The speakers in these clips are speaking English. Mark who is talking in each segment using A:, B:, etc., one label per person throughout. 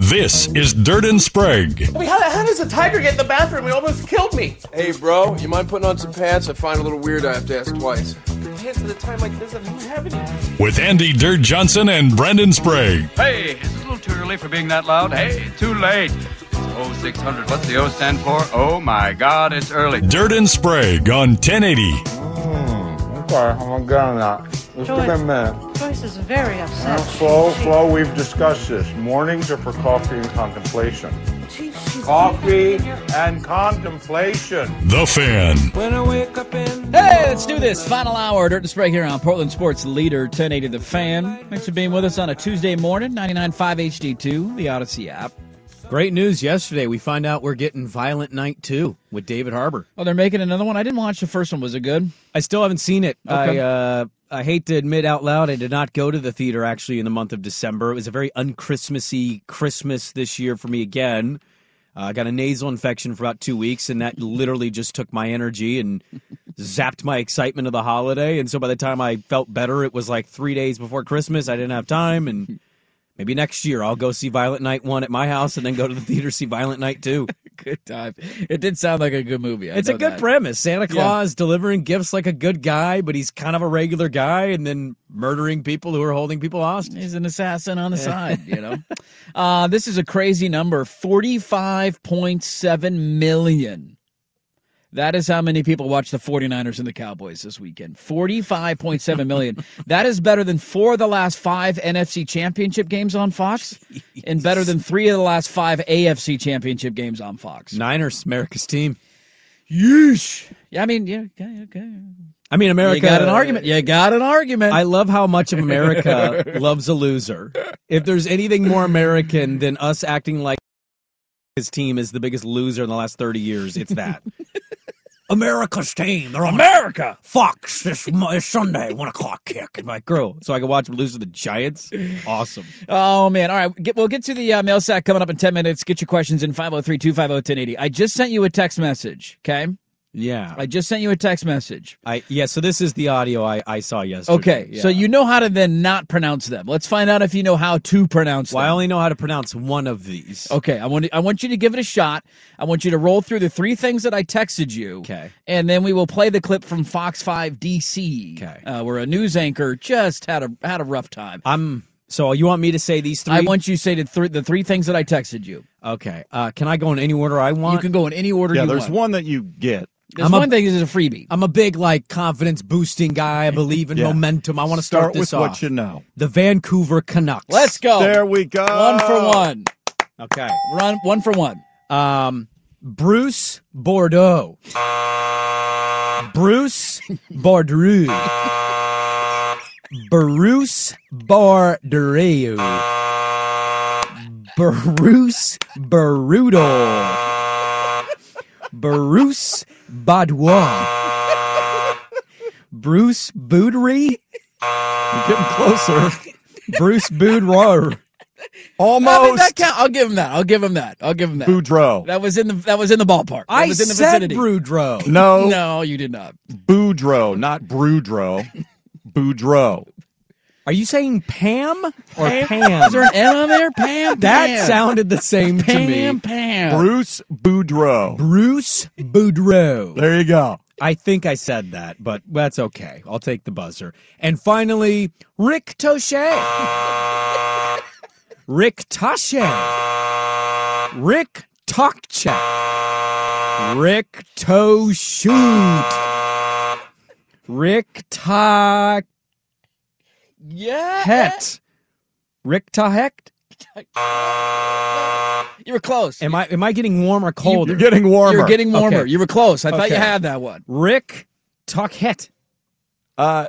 A: This is Dirt and Sprague.
B: I mean, how, how does a tiger get in the bathroom? It almost killed me.
C: Hey, bro, you mind putting on some pants? I find it a little weird I have to ask twice.
B: Hands at a time like this, I don't have any.
A: With Andy Dirt Johnson and Brendan Sprague.
D: Hey, it's a little too early for being that loud. Hey, too late. It's 0600. What's the O stand for? Oh my God, it's early.
A: Dirt and Sprague on 1080
E: Okay, I'm gonna get on that. Just give me a minute.
F: Joyce is very upset.
E: Now, Flo, Flo, we've discussed this. Mornings are for coffee and contemplation.
F: She- she's
E: Coffee and contemplation.
A: The Fan.
G: Hey, let's do this. Final hour, Dirt and Sprague here on Portland Sports Leader 1080 The Fan. Thanks for being with us on a Tuesday morning, 99.5 HD2, the Odyssey app.
H: Great news yesterday. We find out we're getting Violent Night 2 with David Harbour.
G: Oh, they're making another one. I didn't watch the first one. Was it good?
H: I still haven't seen it.
G: Okay.
H: I uh, I hate to admit out loud, I did not go to the theater actually in the month of December. It was a very unchristmassy Christmas this year for me again. Uh, I got a nasal infection for about two weeks, and that literally just took my energy and zapped my excitement of the holiday. And so by the time I felt better, it was like three days before Christmas. I didn't have time, and maybe next year I'll go see Violent Night one at my house, and then go to the theater see Violent Night two.
G: Good time. It did sound like a good movie. I
H: It's a
G: know
H: good
G: that.
H: premise. Santa Claus delivering gifts like a good guy, but he's kind of a regular guy, and then murdering people who are holding people hostage. Eh.
G: He's an assassin on the side, you know. Uh, this is a crazy number 45.7 million. That is how many people watched the 49ers and the Cowboys this weekend. 45.7 million. that is better than four of the last five NFC championship games on Fox and better than three of the last five AFC championship games on Fox.
H: Niners, America's team.
G: Yeesh. Yeah, I mean, yeah, okay, okay.
H: I mean, America
G: You got an argument. You got an argument.
H: I love how much of America loves a loser. If there's anything more American than us acting like his team is the biggest loser in the last 30 years, it's that. America's team. They're America. Fox this, this Sunday, one o'clock kick. I'm like, girl, so I can watch them lose to the Giants. Awesome.
G: Oh, man. All right. Get, we'll get to the uh, mail sack coming up in 10 minutes. Get your questions in 503 250 1080. I just sent you a text message. Okay.
H: Yeah.
G: I just sent you a text message.
H: I yeah. So this is the audio I, I saw yesterday.
G: Okay. So
H: yeah.
G: you know how to then not pronounce them. Let's find out if you know how to pronounce
H: Well, I
G: them.
H: only know how to pronounce one of these.
G: Okay. I want, I want you to give it a shot. I want you to roll through the three things that I texted you.
H: Okay.
G: And then we will play the clip from Fox 5 DC,
H: Okay.
G: uh, where a news anchor just had a had a rough time.
H: I'm. So you want me to say these three?
G: I want you to say the three, the three things that I texted you.
H: Okay. Uh, can I go in any order I want?
G: You can go in any order
I: Yeah,
G: you
I: there's
G: want.
I: one that you get.
G: There's
H: I'm a-
G: one thing is a freebie.
H: I'm a big like confidence boosting guy. I believe in
I: Yeah.
H: momentum. I want to start,
I: Start with
H: this
I: what
H: off.
I: you know.
H: The Vancouver Canucks.
G: Let's go.
I: There we go.
G: One for one.
H: Okay.
G: Run one for one.
H: Um, Bruce Bordeaux. Bruce Bordeaux. Bruce Bordeaux. Bruce Barudo. Bruce Badois. Bruce Boodery. You're getting closer. Bruce Boudreau.
I: Almost.
G: I mean, that count. I'll give him that. I'll give him that. I'll give him that.
I: Boudreaux.
G: That was in the that was in the ballpark. That
H: I
G: was in the
H: said
G: vicinity.
H: Boudreau.
I: no,
G: No, you did not.
I: Boudreaux, not Brudrow. Boudreaux.
H: Are you saying Pam or Pam?
G: Is there an N on there? Pam.
H: that
G: Pam.
H: sounded the same to
G: Pam.
H: me.
G: Pam.
I: Bruce Boudreaux.
H: Bruce Boudreau.
I: There you go.
H: I think I said that, but that's okay. I'll take the buzzer. And finally, Rick Toshe. Rick Toshe. Rick Tokcha. Rick Toe Shoot. Rick Tok.
E: Yeah.
H: Het. Rick Tahecht.
E: You were close.
H: Am I am I getting warm or cold?
D: You're getting warmer.
E: You're getting warmer.
H: Okay.
E: You were close. I thought you
H: Okay.
E: had that one.
H: Rick Tahecht.
D: uh,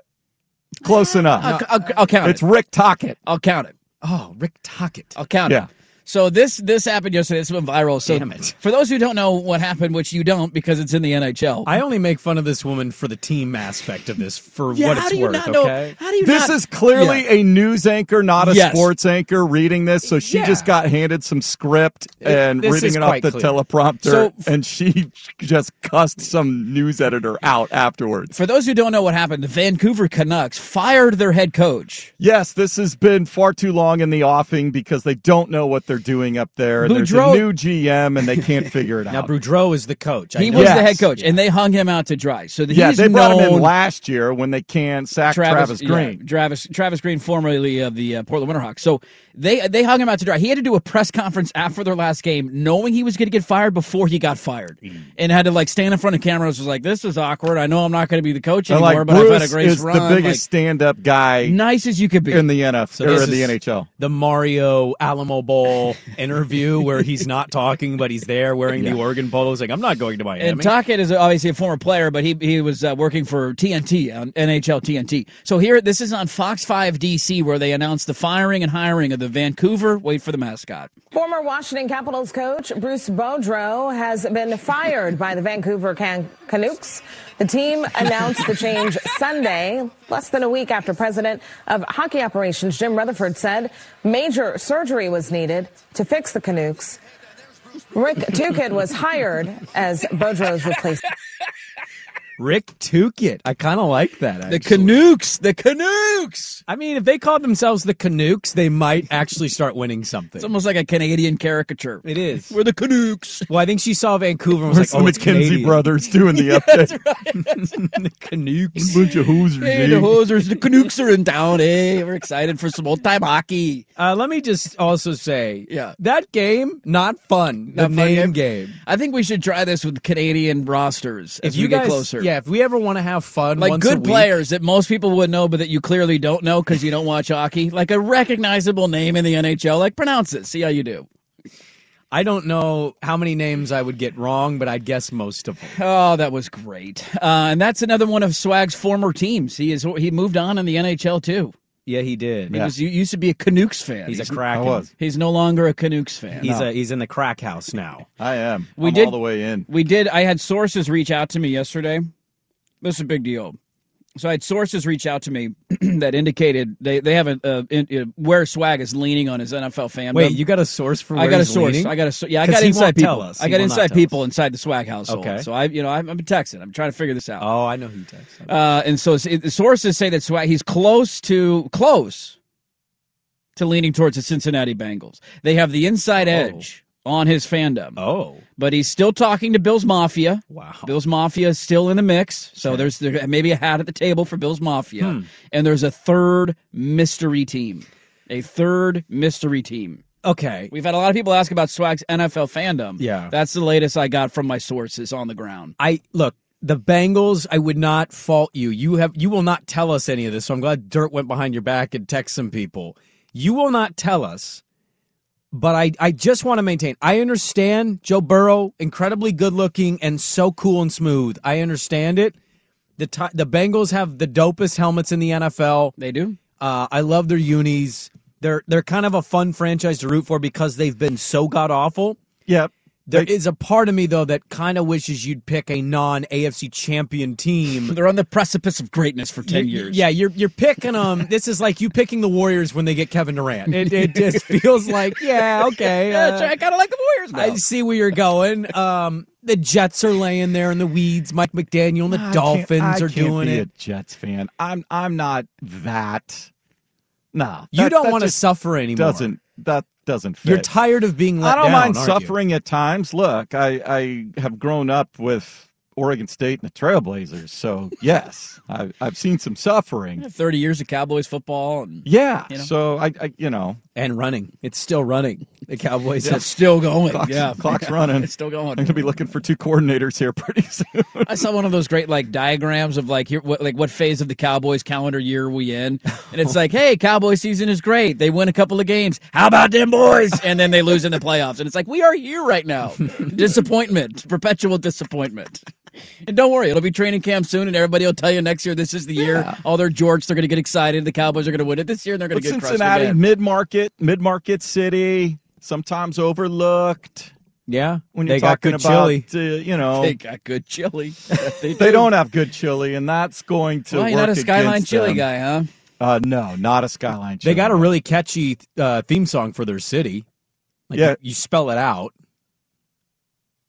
D: close enough.
E: Ah, I'll, I'll, I'll count
D: It's
E: it.
D: Rick Tockett.
E: I'll count it.
H: Oh, Rick Tockett.
E: I'll count
D: Yeah.
E: it. So this this happened yesterday. This went viral. So
H: Damn it.
E: for those who don't know what happened, which you don't because it's in the NHL.
H: I only make fun of this woman for the team aspect of this, for
E: yeah,
H: what
E: how
H: it's
E: do you
H: worth.
E: not
H: okay.
E: know? How do you
D: This
E: not-
D: is clearly
E: Yeah.
D: a news anchor, not a
E: Yes.
D: sports anchor reading this. So she
H: Yeah.
D: just got handed some script and
H: this
D: reading
H: is
D: it off
H: quite
D: the
H: clear.
D: teleprompter,
E: So-
D: and she just cussed some news editor out afterwards.
E: for those who don't know what happened. The Vancouver Canucks fired their head coach.
D: Yes, this has been far too long in the offing because they don't know what they're doing up there. There's a
E: Boudreaux-
D: new GM, and they can't figure it
H: Now,
D: out.
H: Boudreau is the coach. I
E: He
H: know
E: was
D: Yes.
E: the head coach, and they hung him out to dry. So that
D: yeah,
E: he's
D: they brought him in
E: known-
D: last year when they can sack Travis, Green.
E: yeah, Travis Travis Green, formerly of the uh, Portland Winterhawks. So they they hung him out to dry. He had to do a press conference after their last game, knowing he was going to get fired before he got fired,
D: Mm.
E: and had to like stand in front of cameras. Was like, this is awkward. I know I'm not going to be the coach
D: And,
E: anymore,
D: like
E: but I've had
D: Bruce
E: a great
D: is
E: run.
D: the biggest stand-up guy
E: like, nice as you could be.
D: in the NFL or
H: this
D: in the
H: is-
D: NHL.
H: the Mario Alamo Bowl interview where he's not talking, but he's there wearing the Oregon polo. He's like, I'm not going to Miami.
E: And Tockett is obviously a former player, but he he was uh, working for TNT on NHL TNT. So here, this is on Fox Five DC, where they announced the firing and hiring of the Vancouver. Wait for the mascot.
G: Former Washington Capitals coach Bruce Boudreau has been fired by the Vancouver Can- Canucks. The team announced the change Sunday, less than a week after President of Hockey Operations Jim Rutherford said major surgery was needed to fix the Canucks. Rick Tukid was hired as Boudreau's replacement.
H: Rick Tukit. I kind of like that.
E: The
H: Actually.
E: Canucks, the Canucks.
H: I mean, if they called themselves the Canucks, they might actually start winning something.
E: It's almost like a Canadian caricature.
H: It is.
E: We're the Canucks.
H: Well, I think she saw Vancouver and was
D: Where's
H: like,
D: the
H: oh, it's
D: McKenzie
H: Canadian.
D: brothers doing the update?
H: the Canucks.
D: Bunch of hoosers,
E: Hey, the
D: Jake.
E: hosers, the Canucks are in town. Hey, we're excited for some old time hockey.
H: Uh, let me just also say,
E: Yeah.
H: that game not fun. the
E: Not fun
H: name game.
E: I think we should try this with Canadian rosters as
H: If you
E: we
H: guys,
E: get closer.
H: yeah, if we ever want to have fun,
E: Like
H: once a
E: good
H: week-
E: players that most people would know, but that you clearly don't know because you don't watch hockey. Like a recognizable name in the NHL. Like pronounce it. See how you do.
H: I don't know how many names I would get wrong, but I'd guess most of them.
E: Oh, that was great. Uh, and that's another one of Swag's former teams. He is he moved on in the NHL too.
H: Yeah, he did.
E: He was he used to be a Canucks fan.
H: He's a
E: He's-
H: Kraken.
D: I was.
E: He's no longer a Canucks fan.
H: He's a he's in the crack house now.
D: I am.
E: We
D: I'm
E: did-
D: all the way in.
E: We did. I had sources reach out to me yesterday. This is a big deal. So I had sources reach out to me that indicated they they have a, a, in- uh, where Swag is leaning on his NFL fandom.
H: Wait, you got a source for?
E: I
H: where
E: got a
H: he's
E: source.
H: leaning?
E: I got a so- yeah. I
H: 'Cause
E: got
H: he
E: inside
H: won't tell
E: people.
H: us.
E: I
H: He
E: got
H: will not
E: inside
H: tell
E: people
H: us.
E: inside the Swag household.
H: Okay.
E: So I you know I'm, I'm texting. I'm trying to figure this out.
H: Oh, I know who he does.
E: Uh, and so it's- it, the sources say that Swag he's close to close to leaning towards the Cincinnati Bengals. They have the inside
H: Oh.
E: edge on his fandom,
H: oh,
E: but he's still talking to Bills Mafia.
H: wow.
E: Bills Mafia is still in the mix, so
H: Sure.
E: there's there, maybe a hat at the table for Bills Mafia,
H: Hmm.
E: and there's a third mystery team, a third mystery team.
H: Okay.
E: We've had a lot of people ask about Swag's NFL fandom.
H: Yeah.
E: that's the latest I got from my sources on the ground.
H: I look the Bengals. I would not fault you. You have you will not tell us any of this. So I'm glad Dirt went behind your back and text some people. You will not tell us. But I, I just want to maintain. I understand Joe Burrow, incredibly good looking and so cool and smooth. I understand it. The ti the Bengals have the dopest helmets in the NFL.
E: They do.
H: Uh, I love their unis. They're they're kind of a fun franchise to root for because they've been so god awful.
D: Yep.
H: There is
D: They-
H: a part of me though that kind of wishes you'd pick a non AFC champion team.
E: They're on the precipice of greatness for ten
H: You-
E: years.
H: Yeah, you're you're picking them. this is like you picking the Warriors when they get Kevin Durant. It, it just feels like yeah, okay.
E: Yeah,
H: uh,
E: I kind of like the Warriors now.
H: I see where you're going. Um, the Jets are laying there in the weeds. Mike McDaniel and the
D: I can't-
H: Dolphins
D: I
H: are
D: can't
H: doing
D: be
H: it.
D: A Jets fan. I'm. I'm not that. Nah.
H: you
D: that-
H: don't
D: that
H: want to
D: just
H: suffer anymore.
D: Doesn't that doesn't fit?
H: You're tired of being let
D: I don't
H: down,
D: mind
H: aren't you?
D: suffering at times. Look, I I have grown up with Oregon State and the Trailblazers. So yes, I, I've seen some suffering.
E: Thirty years of Cowboys football and
D: Yeah. So I, I, you know,
H: and running. It's still running. The Cowboys
E: Yeah.
H: are
E: It's still going.
H: Clock's-
E: yeah,
D: clock's running.
E: It's still
D: I'm
E: going.
D: going to be looking for two coordinators here pretty soon.
E: I saw one of those great like diagrams of like here what like what phase of the Cowboys calendar year we in, and it's like, hey, Cowboy season is great. They win a couple of games. How about them boys? And then they lose in the playoffs, and it's like we are here right now. disappointment, perpetual disappointment. And don't worry, it'll be training camp soon, and everybody will tell you next year this is the year. All their jorts, they're going to get excited. The Cowboys are going to win it this year, and they're going
D: But
E: to get crushed
D: Cincinnati,
E: again.
D: mid market, mid market city, sometimes overlooked.
H: Yeah,
D: when you're
H: they got
D: talking
H: good
D: about
H: chili.
D: uh, you know
E: They got good chili.
D: they
E: They, do.
D: don't have good chili, and that's going to
E: Well,
D: work
E: you're not a Skyline
D: against
E: chili
D: them.
E: guy, huh?
D: Uh, no, not a skyline.
H: They
D: Chili.
H: got a really catchy uh, theme song for their city. Like
D: Yeah.
H: you, you spell it out.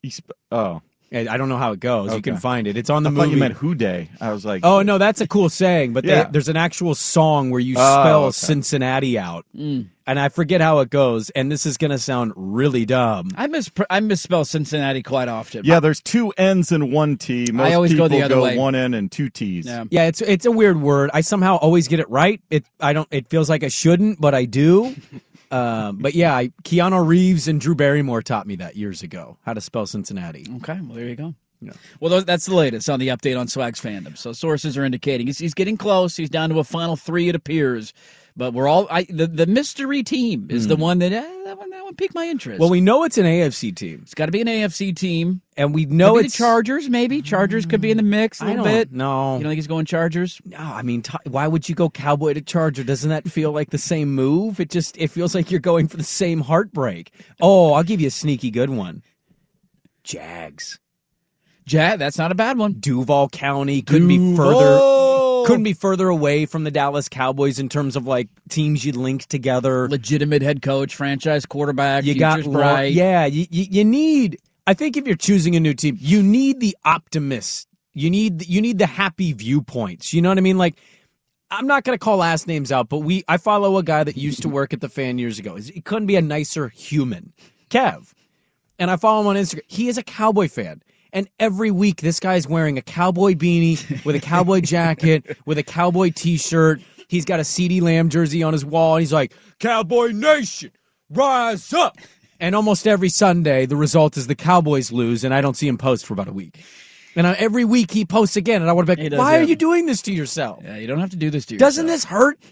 D: You sp- oh,
H: And I don't know how it goes. You can
D: Okay.
H: find it. It's on the
D: I thought
H: movie.
D: you meant who day. I was like,
H: oh no, that's a cool saying, but
D: Yeah.
H: they, there's an actual song where you
D: Oh,
H: spell
D: okay.
H: Cincinnati out,
E: Mm.
H: and I forget how it goes. And this is gonna sound really dumb.
E: I miss I misspell Cincinnati quite often.
D: yeah. There's two N's and one T. Most
E: always go
D: people
E: the other way.
D: one N and two T's.
E: Yeah.
H: Yeah, it's it's a weird word. I somehow always get it right. It I don't. It feels like I shouldn't, but I do. Um, but yeah, I, Keanu Reeves and Drew Barrymore taught me that years ago how to spell Cincinnati.
E: Okay, well there you go. Well, those, that's the latest on the update on Swag's fandom. So sources are indicating he's, he's getting close. He's down to a final three, it appears. But we're all I, the the mystery team is the one that eh, that one that one piqued my interest.
H: Hmm. Well, we know it's an AFC team,
E: it's got to be an AFC team.
H: and we
E: No,
H: know
E: it's
H: it's
E: the Chargers. Maybe Chargers could be in the mix a
H: I
E: little
H: don't
E: bit.
H: know.
E: You don't think he's going Chargers?
H: no, I mean, t- why would you go cowboy to charger? Doesn't that feel like the same move? It just it feels like you're going for the same heartbreak. Oh, I'll give you a sneaky good one. Jags,
E: Yeah, that's not a bad one.
H: Duval County could be further. couldn't be further away from the Dallas Cowboys in terms of like teams you'd link together.
E: legitimate head coach, franchise quarterback.
H: you got
E: futures
H: Lau-
E: bright.
H: yeah. You, you, you need. I think if you're choosing a new team, you need the optimist. You need you need the happy viewpoints. You know what I mean? Like. I'm not going to call last names out, but we I follow a guy that used to work at the fan years ago. He couldn't be a nicer human. Kev and I follow him on Instagram. He is a cowboy fan. And every week, this guy's wearing a cowboy beanie with a cowboy jacket, with a cowboy t shirt. He's got a CD Lamb jersey on his wall. And he's like, Cowboy Nation, rise up. And almost every Sunday, the result is the Cowboys lose, and I don't see him post for about a week. And I, every week he posts again, and I want to be
E: He
H: like,
E: does
H: why are
E: that.
H: you doing this to yourself?
E: Yeah, you don't have to do this to yourself.
H: Doesn't this hurt?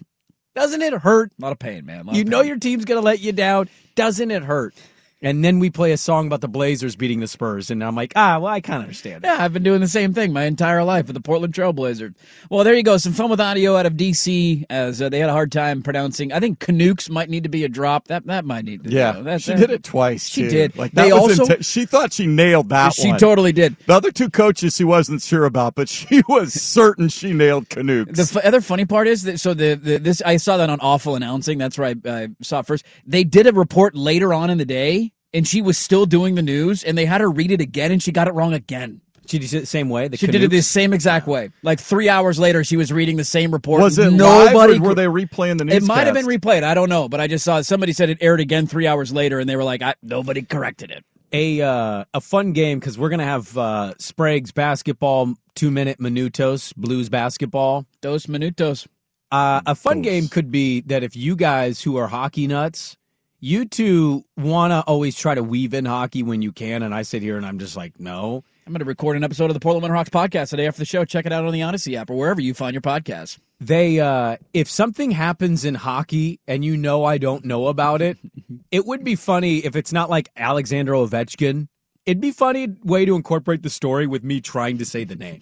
H: Doesn't it hurt?
E: a lot of pain, man? A lot
H: You
E: of
H: know
E: pain.
H: your team's going to let you down. Doesn't it hurt? And then we play a song about the Blazers beating the Spurs, and I'm like, ah, well, I kind of understand. It.
E: Yeah, I've been doing the same thing my entire life with the Portland Trailblazers. Well, there you go. Some fun with audio out of DC as uh, they had a hard time pronouncing. I think Canucks might need to be a drop. That that might need to.
D: Yeah,
E: you know, that's-
D: she did it twice.
E: She
D: too.
E: did.
D: Like that
E: They
D: was
E: also-
D: inten- she thought she nailed that
E: She
D: one.
E: totally did.
D: The other two coaches she wasn't sure about, but she was certain she nailed Canucks.
E: The f- other funny part is that so the, the this I saw that on awful announcing. That's where I, I saw it first. They did a report later on in the day, and she was still doing the news, and they had her read it again, and she got it wrong again.
H: She did it the same way. The
E: She did it the
H: Canucks?
E: same exact way. Like three hours later, she was reading the same report.
D: was it
E: Nobody
D: live or
E: cr-
D: were they replaying the news?
E: It might have been replayed. I don't know, but I just saw somebody said it aired again three hours later, and they were like, I, "Nobody corrected it."
H: a uh, a fun game because we're gonna have uh, Sprague's basketball two minute minutos blues basketball.
E: Dos minutos.
H: Uh, a fun game could be that if you guys who are hockey nuts, you two wanna always try to weave in hockey when you can, and I sit here and I'm just like, no.
E: I'm going to record an episode of the Portland Winterhawks podcast today after the show. Check it out on the Odyssey app or wherever you find your podcasts.
H: they uh if something happens in hockey and you know I don't know about it, it would be funny if it's not like Alexander Ovechkin. It'd be funny way to incorporate the story with me trying to say the name.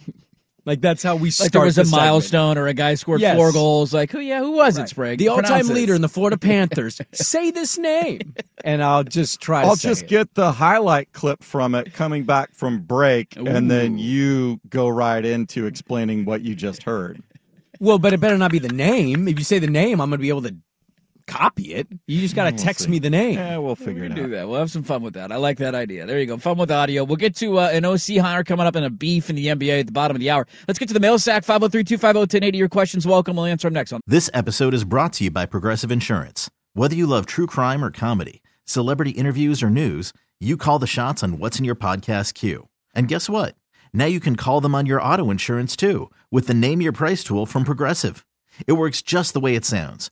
H: Like that's how we
E: Like
H: start.
E: there was a
H: the segment.
E: milestone or a guy scored
H: Yes.
E: four goals. Like who? Yeah, who was it? Sprague,
H: The all-time
E: Pronounce it.
H: leader in the Florida Panthers. say this name, and I'll just try.
D: I'll
H: to say
D: just
H: it.
D: get the highlight clip from it coming back from break, and then
E: Ooh.
D: you go right into explaining what you just heard.
H: Well, but it better not be the name. If you say the name, I'm going to be able to copy it. You just
E: Mm,
H: got to text me the name.
D: Yeah, we'll figure
E: We
D: it
E: can do
D: out.
E: that. We'll have some fun with that. I like that idea. There you go. Fun with audio. We'll get to uh, an OC hire coming up and a beef in the NBA at the bottom of the hour. Let's get to the mail sack 503 250 1080. Your questions welcome. We'll answer them next on
J: This episode is brought to you by Progressive Insurance. Whether you love true crime or comedy, celebrity interviews or news, you call the shots on what's in your podcast queue. And guess what? Now you can call them on your auto insurance too with the Name Your Price tool from Progressive. It works just the way it sounds.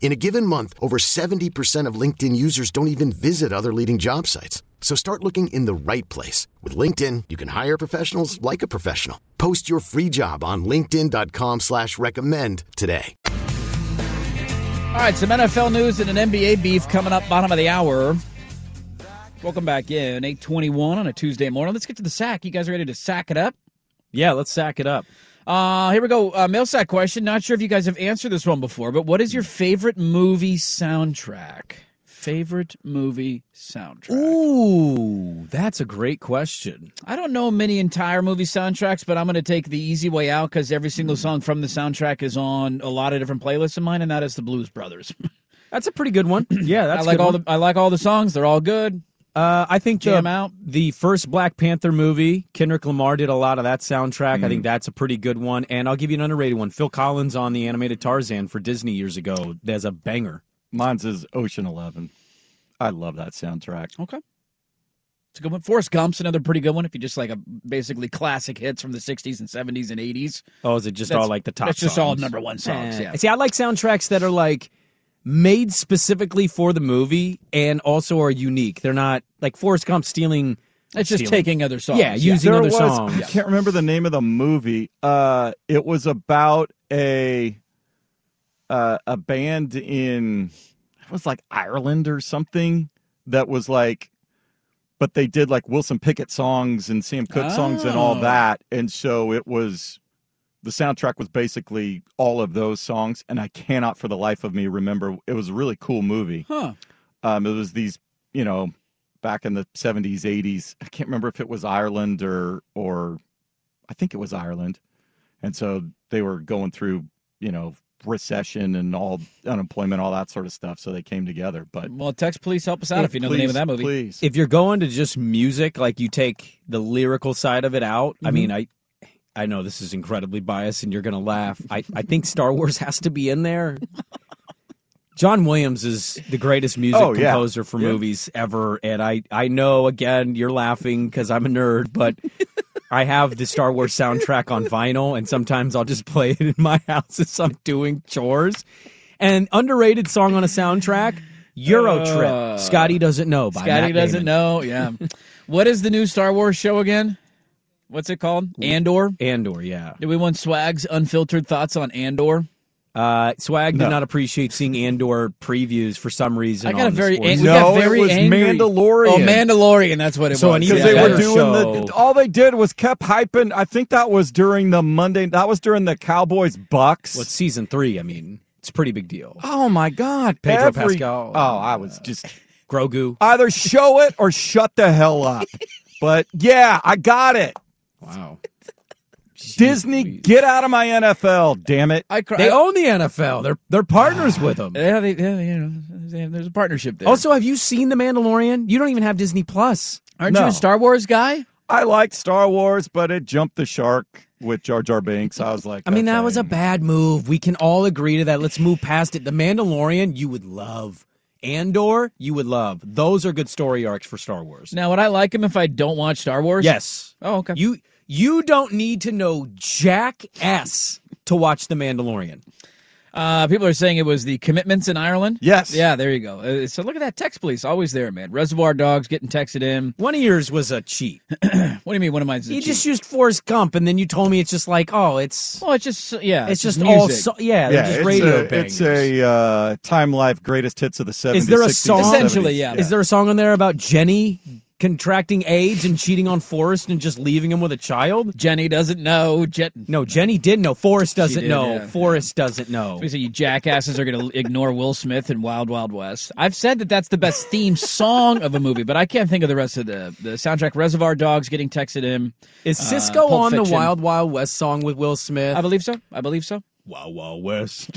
K: In a given month, over 70% of LinkedIn users don't even visit other leading job sites. So start looking in the right place. With LinkedIn, you can hire professionals like a professional. Post your free job on linkedin.com slash recommend today.
E: All right, some NFL news and an NBA beef coming up bottom of the hour. Welcome back in 821 on a Tuesday morning. Let's get to the sack. You guys ready to sack it up?
D: Yeah, let's sack it up.
E: Uh, here we go. Uh, mail sack question. Not sure if you guys have answered this one before, but what is your favorite movie soundtrack? Favorite movie soundtrack?
D: Ooh, that's a great question.
E: I don't know many entire movie soundtracks, but I'm going to take the easy way out because every single song from the soundtrack is on a lot of different playlists of mine, and that is the Blues Brothers.
D: That's a pretty good one. Yeah, that's
E: I like
D: a good
E: all
D: one.
E: the I like all the songs. They're all good.
D: Uh, I think
E: Jam
D: the,
E: out.
D: the first Black Panther movie, Kendrick Lamar did a lot of that soundtrack. I
E: Mm.
D: think that's a pretty good one. And I'll give you an underrated one. Phil Collins on the animated Tarzan for Disney years ago. There's a banger.
H: Mine's is Ocean Eleven. I love that soundtrack.
E: Okay. It's a good one. Forrest Gump's another pretty good one. If you just like a basically classic hits from the '60s and '70s and '80s.
D: Oh, is it just
E: That's-
D: all like the top?
E: that's just all
D: songs?
E: number one songs, yeah.
D: See, I like soundtracks that are like made specifically for the movie and also are unique. They're not like Forrest Gump stealing.
E: It's just
D: stealing.
E: taking other songs.
D: Yeah,
E: Yeah.
D: using
H: there
D: other
H: was,
D: songs.
H: I can't remember the name of the movie. Uh, it was about a uh, a band in it was like Ireland or something that was like, but they did like Wilson Pickett songs and Sam Cooke songs and all
E: Oh.
H: that, and so it was. The soundtrack was basically all of those songs, and I cannot for the life of me remember. It was a really cool movie.
E: Huh.
H: Um, it was these, you know, back in the seventies, eighties. I can't remember if it was Ireland or or I think it was Ireland, and so they were going through, you know, recession and all unemployment, all that sort of stuff. So they came together. But
E: Well, text police help us out if you know the name of that movie.
H: please.
D: If you're going to just music, like you take the lyrical side of it out. I
E: Mhm.
H: Mm-hmm.
D: mean, I I know this is incredibly biased, and you're gonna laugh. I I think Star Wars has to be in there. John Williams is the greatest music
H: Oh, yeah.
D: composer for
H: Yeah.
D: movies ever, and I I know again you're laughing because I'm a nerd, but. I have the Star Wars soundtrack on vinyl, and sometimes I'll just play it in my house as I'm doing chores. And underrated song on a soundtrack, Euro
E: Uh,
D: Trip. Scotty doesn't know. By
E: Scotty
D: Matt Damon.
E: doesn't know. Yeah. what is the new Star Wars show again? What's it called? Andor.
D: Andor, yeah.
E: Do we want Swag's unfiltered thoughts on Andor?
D: Uh, Swag
H: No.
D: did not appreciate seeing Andor previews for some reason.
E: I got
D: on
E: a
D: the
E: very
D: sports-
E: ang- we
H: No,
E: got
H: it
E: very
H: was
E: angry.
H: Mandalorian.
E: Oh, Mandalorian. That's what it
D: So
E: was.
D: an
H: because
D: Yeah,
H: they
D: that
H: were doing
D: show.
H: the all they did was kept hyping. I think that was during the Monday. That was during the Cowboys Bucks.
D: Well, it's season three. I mean, it's a pretty big deal.
H: oh my God,
D: Pedro
H: Every-
D: Pascal.
H: Oh, I was just
D: Grogu.
H: either show it or shut the hell up. But yeah, I got it.
D: Wow. Jeez
H: Disney,
D: Louise.
H: get out of my NFL, damn it.
E: I cry.
D: They own the NFL. They're they're partners with them.
E: yeah, they, yeah, you know, they- there's a partnership there.
D: Also, have you seen The Mandalorian? You don't even have Disney Plus.
E: aren't you
H: no.
E: a Star Wars guy?
H: I liked Star Wars, but it jumped the shark with Jar Jar Binks. I was like,
D: I mean, that was a
H: okay.
D: bad move. We can all agree to that. Let's move past it. The Mandalorian, you would love. Andor, you would love. Those are good story arcs for Star Wars.
E: Now, would I like him if I don't watch Star Wars?
D: Yes.
E: Oh, okay.
D: You you don't need to know Jack S to watch The Mandalorian.
E: Uh, people are saying it was the commitments in Ireland.
H: Yes.
E: Yeah, there you go. Uh, so look at that text police, always there, man. Reservoir Dogs getting texted in.
H: One of yours was a cheat.
E: what do you mean? One of mine's a
H: You
E: cheat?
H: just used Forrest Gump, and then you told me it's just like, oh, it's
E: well, it's just yeah,
H: it's, just
E: music.
H: all so, yeah, they're just
D: it's
H: radio
D: a, It's
H: bangers.
D: a uh, Time Life Greatest Hits of the 70s.
H: Is there a
D: 60s,
H: song?
D: 70s.
H: Is there a song on there about Jenny contracting AIDS and cheating on Forrest and just leaving him with a child?
E: Jenny doesn't know. Jen-
H: no, Jenny did know. Forrest doesn't
E: did,
H: know.
E: yeah.
H: Forrest doesn't know.
E: Basically, you jackasses are going to ignore Will Smith and Wild Wild West. I've said that that's the best theme song of a movie, but I can't think of the rest of the the soundtrack. Reservoir Dogs getting texted in.
H: Is
E: Uh,
H: Cisco
E: Pulp
H: on the
E: Fiction. Uh,
H: Wild Wild West song with Will Smith?
E: I believe so. I believe so.
H: Wild Wild West.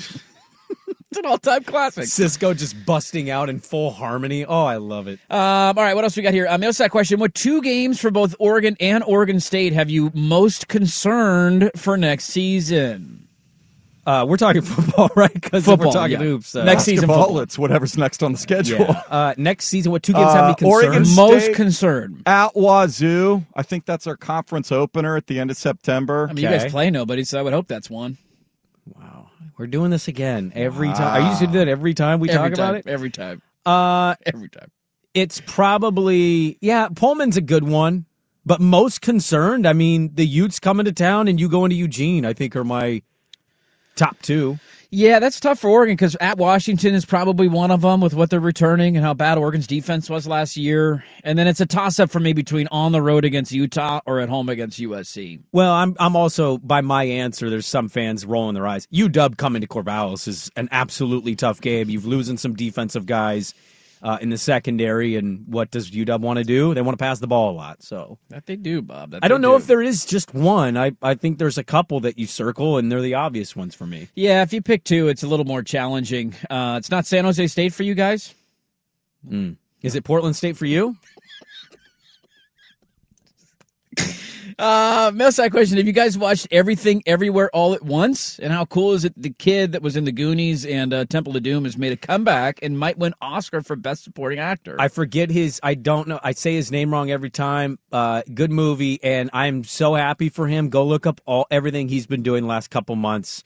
E: It's an all time classic.
H: Cisco just busting out in full harmony. Oh, I love it.
E: Um, all right, what else we got here? Um, we also that question. What two games for both Oregon and Oregon State have you most concerned for next season?
H: Uh, we're talking football, right? Because we're
E: Football,
H: talking
E: yeah.
H: hoops. uh, so-
E: Next season
D: Basketball,
E: football.
D: It's whatever's next on the schedule.
H: Yeah. Uh, next season, what two games have me
D: Uh, Oregon
H: concerned?
D: Most State-
E: concerned.
D: At Wazoo, I think that's our conference opener at the end of September.
E: I mean, you guys play nobody, so I would hope that's one.
H: We're doing this again every time. Are you just gonna do that every time we
E: Every
H: talk
E: time,
H: about it?
E: every time.
H: Uh,
E: every time.
H: It's probably yeah. Pullman's a good one, but most concerned. I mean, the Utes coming to town and you going to Eugene. I think are my top two.
E: Yeah, that's tough for Oregon because at Washington is probably one of them with what they're returning and how bad Oregon's defense was last year. And then it's a toss up for me between on the road against Utah or at home against USC.
H: Well, I'm I'm also by my answer. There's some fans rolling their eyes. UW coming to Corvallis is an absolutely tough game. You've losing some defensive guys uh, in the secondary, and what does UW want to do? They want to pass the ball a lot. So
E: That they do, Bob. That
H: I don't
E: they
H: know
E: do.
H: if there is just one. I I think there's a couple that you circle, and they're the obvious ones for me.
E: Yeah, if you pick two, it's a little more challenging. Uh, it's not San Jose State for you guys.
H: Is it Portland State for you?
E: Uh, mail side question: Have you guys watched everything, everywhere, all at once? And how cool is it? The kid that was in the Goonies and uh, Temple of Doom has made a comeback and might win Oscar for Best Supporting Actor.
H: I forget his. I don't know. I say his name wrong every time. Uh, good movie, and I'm so happy for him. Go look up all everything he's been doing the last couple months.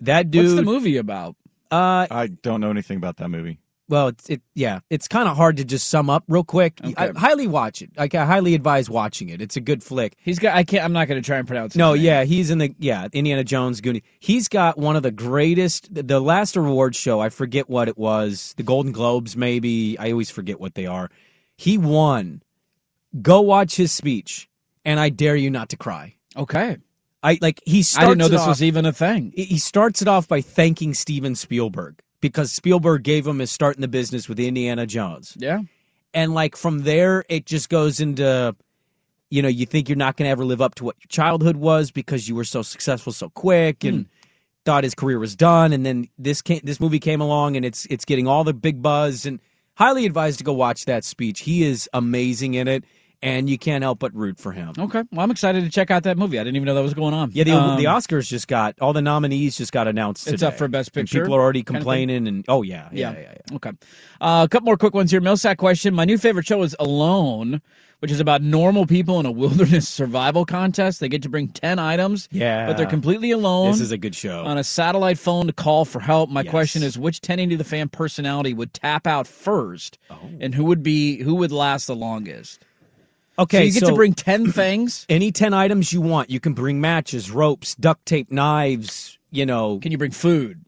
H: That dude.
E: What's the movie about?
H: Uh,
D: I don't know anything about that movie.
H: well, it's it yeah, it's kind of hard to just sum up real quick. I highly watch it. Like I highly advise watching it. It's a good flick.
E: He's got. I can't. I'm not going to try and pronounce. his
H: No,
E: name.
H: yeah, he's in the yeah Indiana Jones Goonie. He's got one of the greatest. The, the last award show, I forget what it was, the Golden Globes, maybe. I always forget what they are. He won. Go watch his speech, and I dare you not to cry.
E: Okay.
H: I like he.
E: I
H: Starts
E: didn't know
H: it
E: this
H: off-
E: was even a thing.
H: he- he starts it off by thanking Steven Spielberg because Spielberg gave him his start in the business with Indiana Jones.
E: Yeah.
H: And like from there, it just goes into, you know, you think you're not going to ever live up to what your childhood was because you were so successful so quick and
E: Hmm.
H: thought his career was done. And then this came, this movie came along and it's it's getting all the big buzz and highly advised to go watch that speech. He is amazing in it, and you can't help but root for him.
E: Okay. Well, I'm excited to check out that movie. I didn't even know that was going on.
H: Yeah, the,
E: Oh, Um,
H: the Oscars just got all the nominees just got announced.
E: It's
H: today.
E: up for Best
H: And
E: Picture
H: people are already
E: kind of thing?
H: complaining, and oh yeah, yeah,
E: Yeah.
H: yeah.
E: Okay. Uh, a couple more quick ones here. Millsack question. My new favorite show is Alone, which is about normal people in a wilderness survival contest. They get to bring 10 items.
H: Yeah.
E: But they're completely alone.
H: This is a good show.
E: On a satellite phone to call for help. My question is which 10 into the fan personality would tap out first?
H: Oh.
E: And who would be who would last the longest?
H: Okay,
E: So you get to
H: so-
E: bring 10 things.
H: Any ten items you want, you can bring matches, ropes, duct tape, knives. You know,
E: Can you bring food?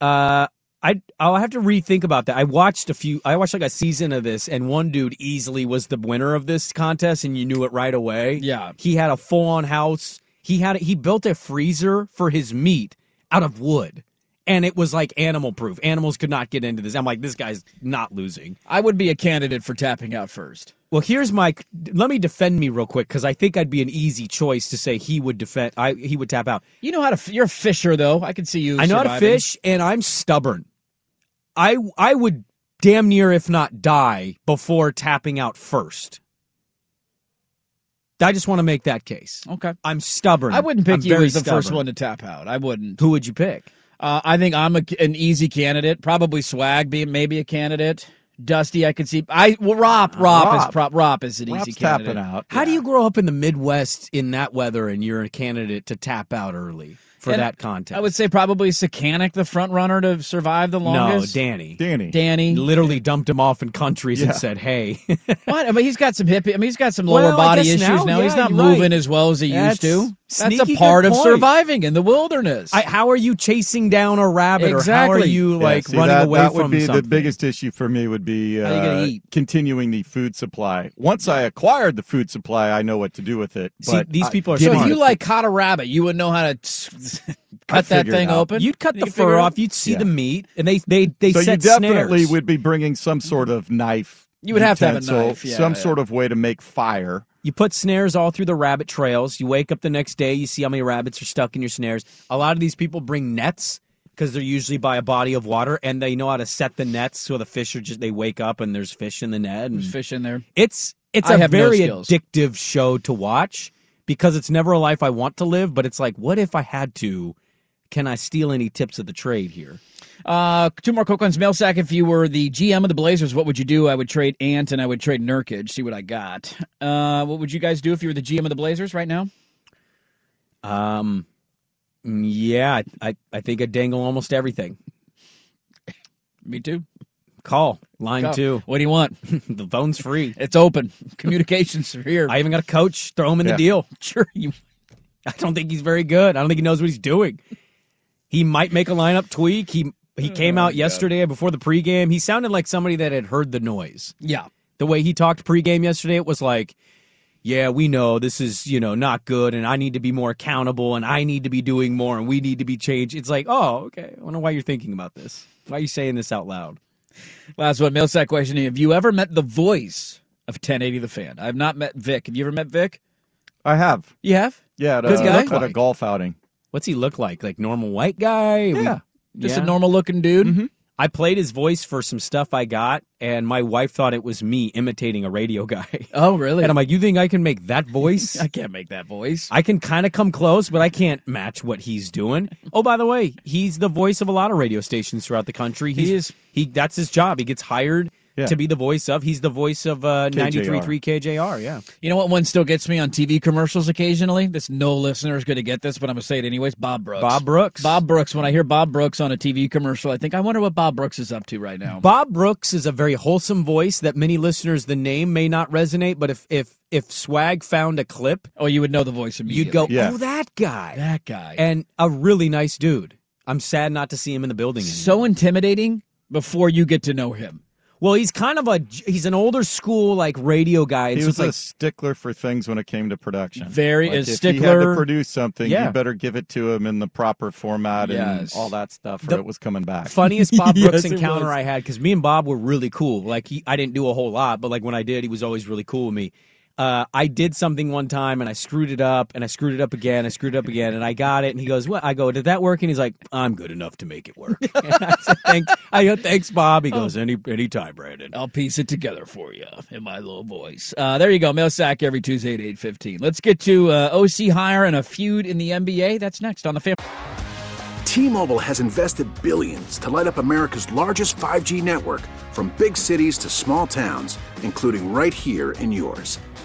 H: uh, I I'll have to rethink about that. I watched a few. I watched like a season of this, and one dude easily was the winner of this contest, and you knew it right away.
E: Yeah.
H: he had a full on house. He had he built a freezer for his meat out of wood. And it was like animal proof. Animals could not get into this. I'm like, this guy's not losing.
E: I would be a candidate for tapping out first.
H: Well, here's my. Let me defend me real quick because I think I'd be an easy choice to say he would defend. I he would tap out.
E: You know how to f- you're a fisher though. I can see you
H: I know how to
E: surviving.
H: fish, and I'm stubborn. I I would damn near, if not die, before tapping out first. I just want to make that case.
E: Okay.
H: I'm stubborn.
E: I wouldn't pick
H: I'm
E: you
H: very
E: as the first
H: stubborn.
E: one to tap out. I wouldn't.
H: Who would you pick?
E: Uh, I think I'm a, an easy candidate. Probably Swag being maybe a candidate. Dusty, I could see. I well, Rop, Rop, is
D: Rop.
E: prop. Rop is an easy
D: Rob's
E: candidate.
D: tapping out.
H: How do you grow up in the Midwest in that weather, and you're a candidate to tap out early?
G: for
E: And
G: that contest.
E: I would say probably Sakanic, the front runner to survive the
G: no,
E: longest.
G: Danny.
H: Danny.
E: Danny.
G: Literally dumped him off in countries
E: Yeah.
G: and said, hey.
E: What? I mean, he's got some hip. I mean, he's got some lower
G: Well, I
E: body
G: guess
E: issues now.
G: now,
E: he's
G: yeah,
E: not
G: you're
E: moving
G: right.
E: as well as he
G: That's
E: used to. That's
G: sneaky
E: a
G: good
E: part of
G: point.
E: surviving in the wilderness.
G: I, how are you chasing down a rabbit or how are
E: Exactly.
G: you
H: Yeah,
G: like
H: see,
G: running
H: that,
G: away
H: that
G: from
H: would be
G: something?
H: the biggest issue for me would be
G: How you gonna
H: uh,
G: eat?
H: continuing the food supply once i acquired the food supply i know what to do with it
G: See,
H: but
G: these
H: I-
G: people are
E: so
H: getting
E: if you
H: it-
E: like caught a rabbit, you would know how to
H: I
E: cut that
H: figure it
E: thing
H: out.
E: open.
G: You'd cut
E: You
G: the
E: can figure
G: fur
E: it
G: off.
E: out.
G: You'd see
H: Yeah.
G: the meat, and they they they
H: so you
G: set
H: definitely
G: snares.
H: would be bringing some sort of knife
E: You would have to have a
H: utensil,
E: knife, yeah,
H: some
E: yeah.
H: sort of way to make fire
G: You put snares all through the rabbit trails. You wake up the next day, you see how many rabbits are stuck in your snares. A lot of these people bring nets because they're usually by a body of water, and they know how to set the nets so the fish are just they wake up and there's fish in the net. And
E: There's fish in there.
G: It's it's
E: I
G: a
E: have no
G: very
E: skills.
G: addictive show to watch because it's never a life I want to live, but it's like, what if I had to? Can I steal any tips of the trade here?
E: Uh, two more quick ones. Mail sack. If you were the GM of the Blazers, what would you do? I would trade Ant and I would trade Nurkic. See what I got. Uh, what would you guys do if you were the GM of the Blazers right now?
G: Um, mm, yeah, I I, I think I dangle almost everything.
E: Me too.
G: Call line
E: Go.
G: two.
E: What do you want?
G: the phone's free.
E: It's open. Communications are here.
G: I even got a coach. Throw him in
H: Yeah.
G: the deal.
E: sure you.
G: I don't think he's very good. I don't think he knows what he's doing. He might make a lineup tweak. He he
E: Oh,
G: came out yesterday before the pregame. He sounded like somebody that had heard the noise.
E: Yeah.
G: The way he talked pregame yesterday, it was like, "Yeah, we know this is you know not good, and I need to be more accountable, and I need to be doing more, and we need to be changed." It's like, "Oh, okay. I wonder why you're thinking about this. Why are you saying this out loud?"
E: Last one. Mail sack question. Have you ever met the voice of 1080 the fan? I've not met Vic. Have you ever met Vic?
H: i have
E: You have.
H: yeah at,
E: Good
H: a,
E: guy.
H: at a golf outing
G: What's he look like? Like normal white guy?
H: Yeah.
E: Just
G: Yeah.
E: a normal looking dude.
G: I played his voice for some stuff I got, and my wife thought it was me imitating a radio guy.
E: Oh, really?
G: And I'm like, you think I can make that voice?
E: I can't make that voice.
G: I can kind of come close, but I can't match what he's doing. Oh, by the way, he's the voice of a lot of radio stations throughout the country. He's,
E: is.
G: He that's his job. He gets hired
H: Yeah.
G: to be the voice of. He's the voice of uh, 93.3 KJR. Yeah.
E: You know what one still gets me on TV commercials occasionally? This no listener is going to get this, but I'm going to say it anyways. Bob Brooks.
G: Bob Brooks.
E: Bob Brooks. When I hear Bob Brooks on a TV commercial, I think I wonder what Bob Brooks is up to right now.
G: Bob Brooks is a very wholesome voice that many listeners the name may not resonate, but if if if Swag found a clip,
E: oh, you would know the voice
G: you'd
E: immediately.
G: go,
H: Yeah.
G: "Oh, that guy."
E: that guy.
G: and a really nice dude. I'm sad not to see him in the building. anymore.
E: so intimidating before you get to know him.
G: well, he's kind of a he's an older school like radio guy. and
H: he
G: so
H: was
G: it's like,
H: a stickler for things when it came to production
E: Very-
H: like
E: a
H: if he had
E: stickler-
H: to produce something
G: Yeah.
H: you better give it to him in the proper format
E: Yes.
H: and all that stuff or
G: The-
H: it was coming back
G: funniest Bob
E: Yes,
G: Brooks
E: it
G: encounter
E: was.
G: I had because me and Bob were really cool. Like he, I didn't do a whole lot, but like when I did, he was always really cool with me. Uh, I did something one time and I screwed it up and I screwed it up again. I screwed it up again and I got it. And he goes, "What?" I go, "Did that work?" And he's like, "I'm good enough to make it work." And I said, thanks, I go, "Thanks, Bob." He goes, "Any any time, Brandon."
E: I'll piece it together for you in my little voice. Uh, there you go. Mail sack every Tuesday at eight fifteen. Let's get to uh, OC hire and a feud in the NBA. That's next on the family.
C: T-Mobile has invested billions to light up America's largest 5G network from big cities to small towns, including right here in yours.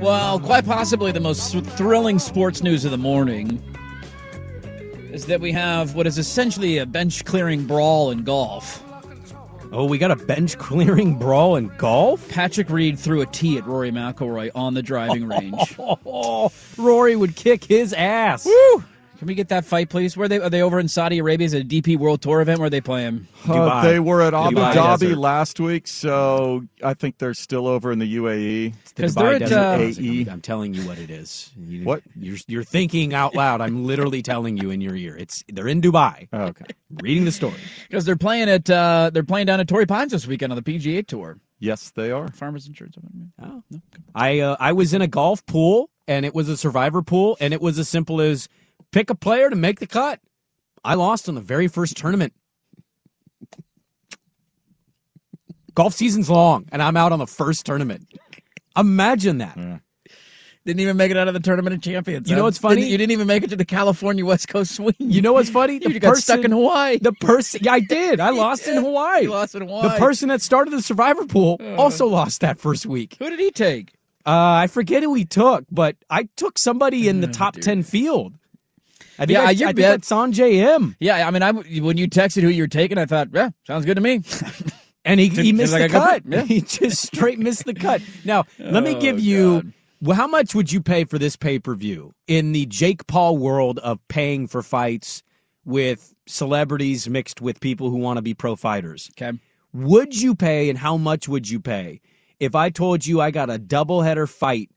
E: Well, quite possibly the most thrilling sports news of the morning is that we have what is essentially a bench clearing brawl in golf.
G: Oh, we got a bench clearing brawl in golf.
E: Patrick Reed threw a tee at Rory McIlroy on the driving range.
G: Oh, Rory would kick his ass.
E: Can we get that fight, please? Where are they are they over in Saudi Arabia? Is it a DP World Tour event where they play him?
D: Uh, they were at Abu Dhabi last week, so I think they're still over in the UAE.
H: Because they're at uh, I'm, I'm telling you what it is. You,
D: What?
H: you're you're thinking out loud. I'm literally telling you in your ear. It's they're in Dubai.
D: Okay,
H: reading the story.
E: Because they're playing at uh, they're playing down at Torrey Pines this weekend on the PGA Tour.
D: Yes, they are.
E: Farmers Insurance. Oh, no.
H: I uh, I was in a golf pool and it was a survivor pool and it was as simple as pick a player to make the cut. I lost on the very first tournament. Golf season's long and I'm out on the first tournament. Imagine that.
E: Didn't even make it out of the tournament of champions.
H: You
E: huh?
H: know what's funny?
E: Didn't- you didn't even make it to the California West Coast swing.
H: You know what's funny?
E: You got stuck in Hawaii.
H: The person, yeah, I did. I lost in Hawaii.
E: You lost in
H: The
E: Hawaii. Oh.
H: person that started the survivor pool also lost that first week.
E: Who did he take?
H: Uh, I forget who he took, but I took somebody in the top ten field. I
E: Mm,
H: think
E: Yeah,
H: I, I
E: your
H: think
E: bet-
H: that's on JM.
E: Yeah, I mean, I when you texted who you were taking, I thought, yeah, sounds good to me.
H: and he,
E: Seems
H: he missed
E: like
H: the
E: a good
H: cut.
E: bet, yeah.
H: He just straight missed the cut. Now, let me give you well, how much would you pay for this pay per view in the Jake Paul world of paying for fights with celebrities mixed with people who want to be pro fighters?
E: Okay.
H: Would you pay and how much would you pay if I told you I got a doubleheader fight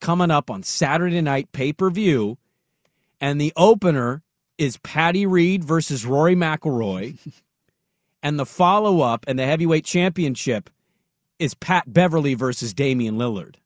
H: coming up on Saturday night pay per view? and the opener is Patty Reed versus Rory McIlroy, and the follow up and the heavyweight championship is Pat Beverly versus Damian Lillard.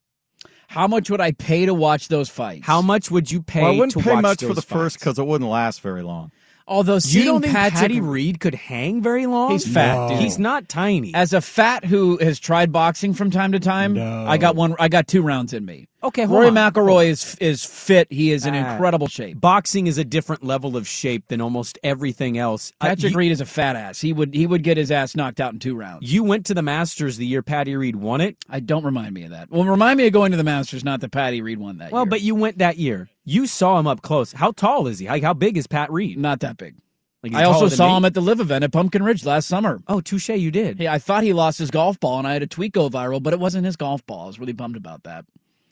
E: How much would I pay to watch those fights?
H: How much would you pay?
D: Well, I wouldn't
H: to
D: pay
H: watch
D: much for
H: those
D: the
H: fights?
D: first because it wouldn't last very long.
E: Although
H: you
E: seeing
H: don't think
E: Patrick-
H: Patty Reed could hang very long?
E: He's fat, dude.
H: He's not tiny.
E: As a fat who has tried boxing from time to time, I got one. I got two rounds in me.
H: Okay, hold
E: Rory
H: on.
E: McIlroy is is fit. He is in
H: Ah.
E: incredible shape.
H: Boxing is a different level of shape than almost everything else. Uh,
E: Patrick
H: you-
E: Reed is a fat ass. He would he would get his ass knocked out in two rounds.
H: You went to the Masters the year Patty Reed won it.
E: I don't remind me of that. Well, remind me of going to the Masters, not that Patty Reed won that.
H: Well,
E: year.
H: but you went that year. You saw him up close. How tall is he? Like, how big is Pat Reed?
E: Not that big.
H: Like,
E: I also saw him at the live event at Pumpkin Ridge last summer.
H: Oh, touche, you did.
E: Hey, I thought he lost his golf ball, and I had a tweet go viral, but it wasn't his golf ball. I was really bummed about that.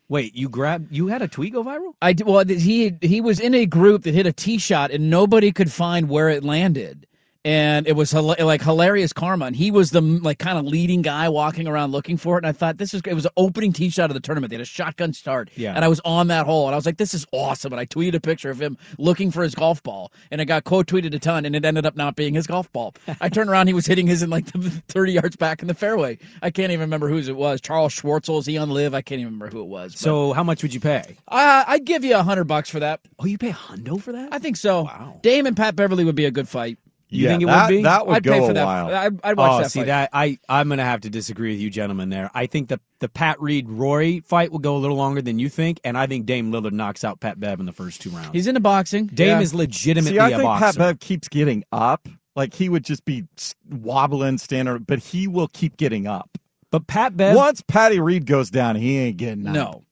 H: Wait, you grabbed? You had a tweet go viral?
E: I d- well, th- he he was in a group that hit a tee shot, and nobody could find where it landed, and it was hila- like hilarious karma. And he was the m- like kind of leading guy walking around looking for it. And I thought this is great. it was the opening tee shot of the tournament. They had a shotgun start,
H: Yeah.
E: And I was on that hole, and I was like, this is awesome. And I tweeted a picture of him looking for his golf ball, and it got quote tweeted a ton, and it ended up not being his golf ball. I turned around, he was hitting his in like thirty yards back in the fairway. I can't even remember whose it was. Charles Schwartzel is he on live? I can't even remember who it was. but-
H: So how much would you pay?
E: I, I'd give you a hundred bucks for that.
H: Oh, you pay a hundo for that?
E: I think so. Wow. Dame and Pat Beverly would be a good fight.
H: You think it
D: that,
H: would be?
D: That would
E: I'd
D: go
E: pay for
D: a
E: that.
D: while.
E: I'd, I'd watch
H: oh,
E: that
H: see
E: fight.
H: that I I'm gonna have to disagree with you, gentlemen. There, I think the the Pat Reed Rory fight will go a little longer than you think, and I think Dame Lillard knocks out Pat Bev in the first two rounds.
E: He's into boxing.
H: Dame
E: Yeah.
H: is legitimately
D: See, I
H: a
D: think Pat
H: boxer.
D: Bev keeps getting up. Like he would just be s- wobbling, standing, but he will keep getting up.
H: but Pat Bev,
D: Once Patty Reed goes down, he ain't getting up.
E: no.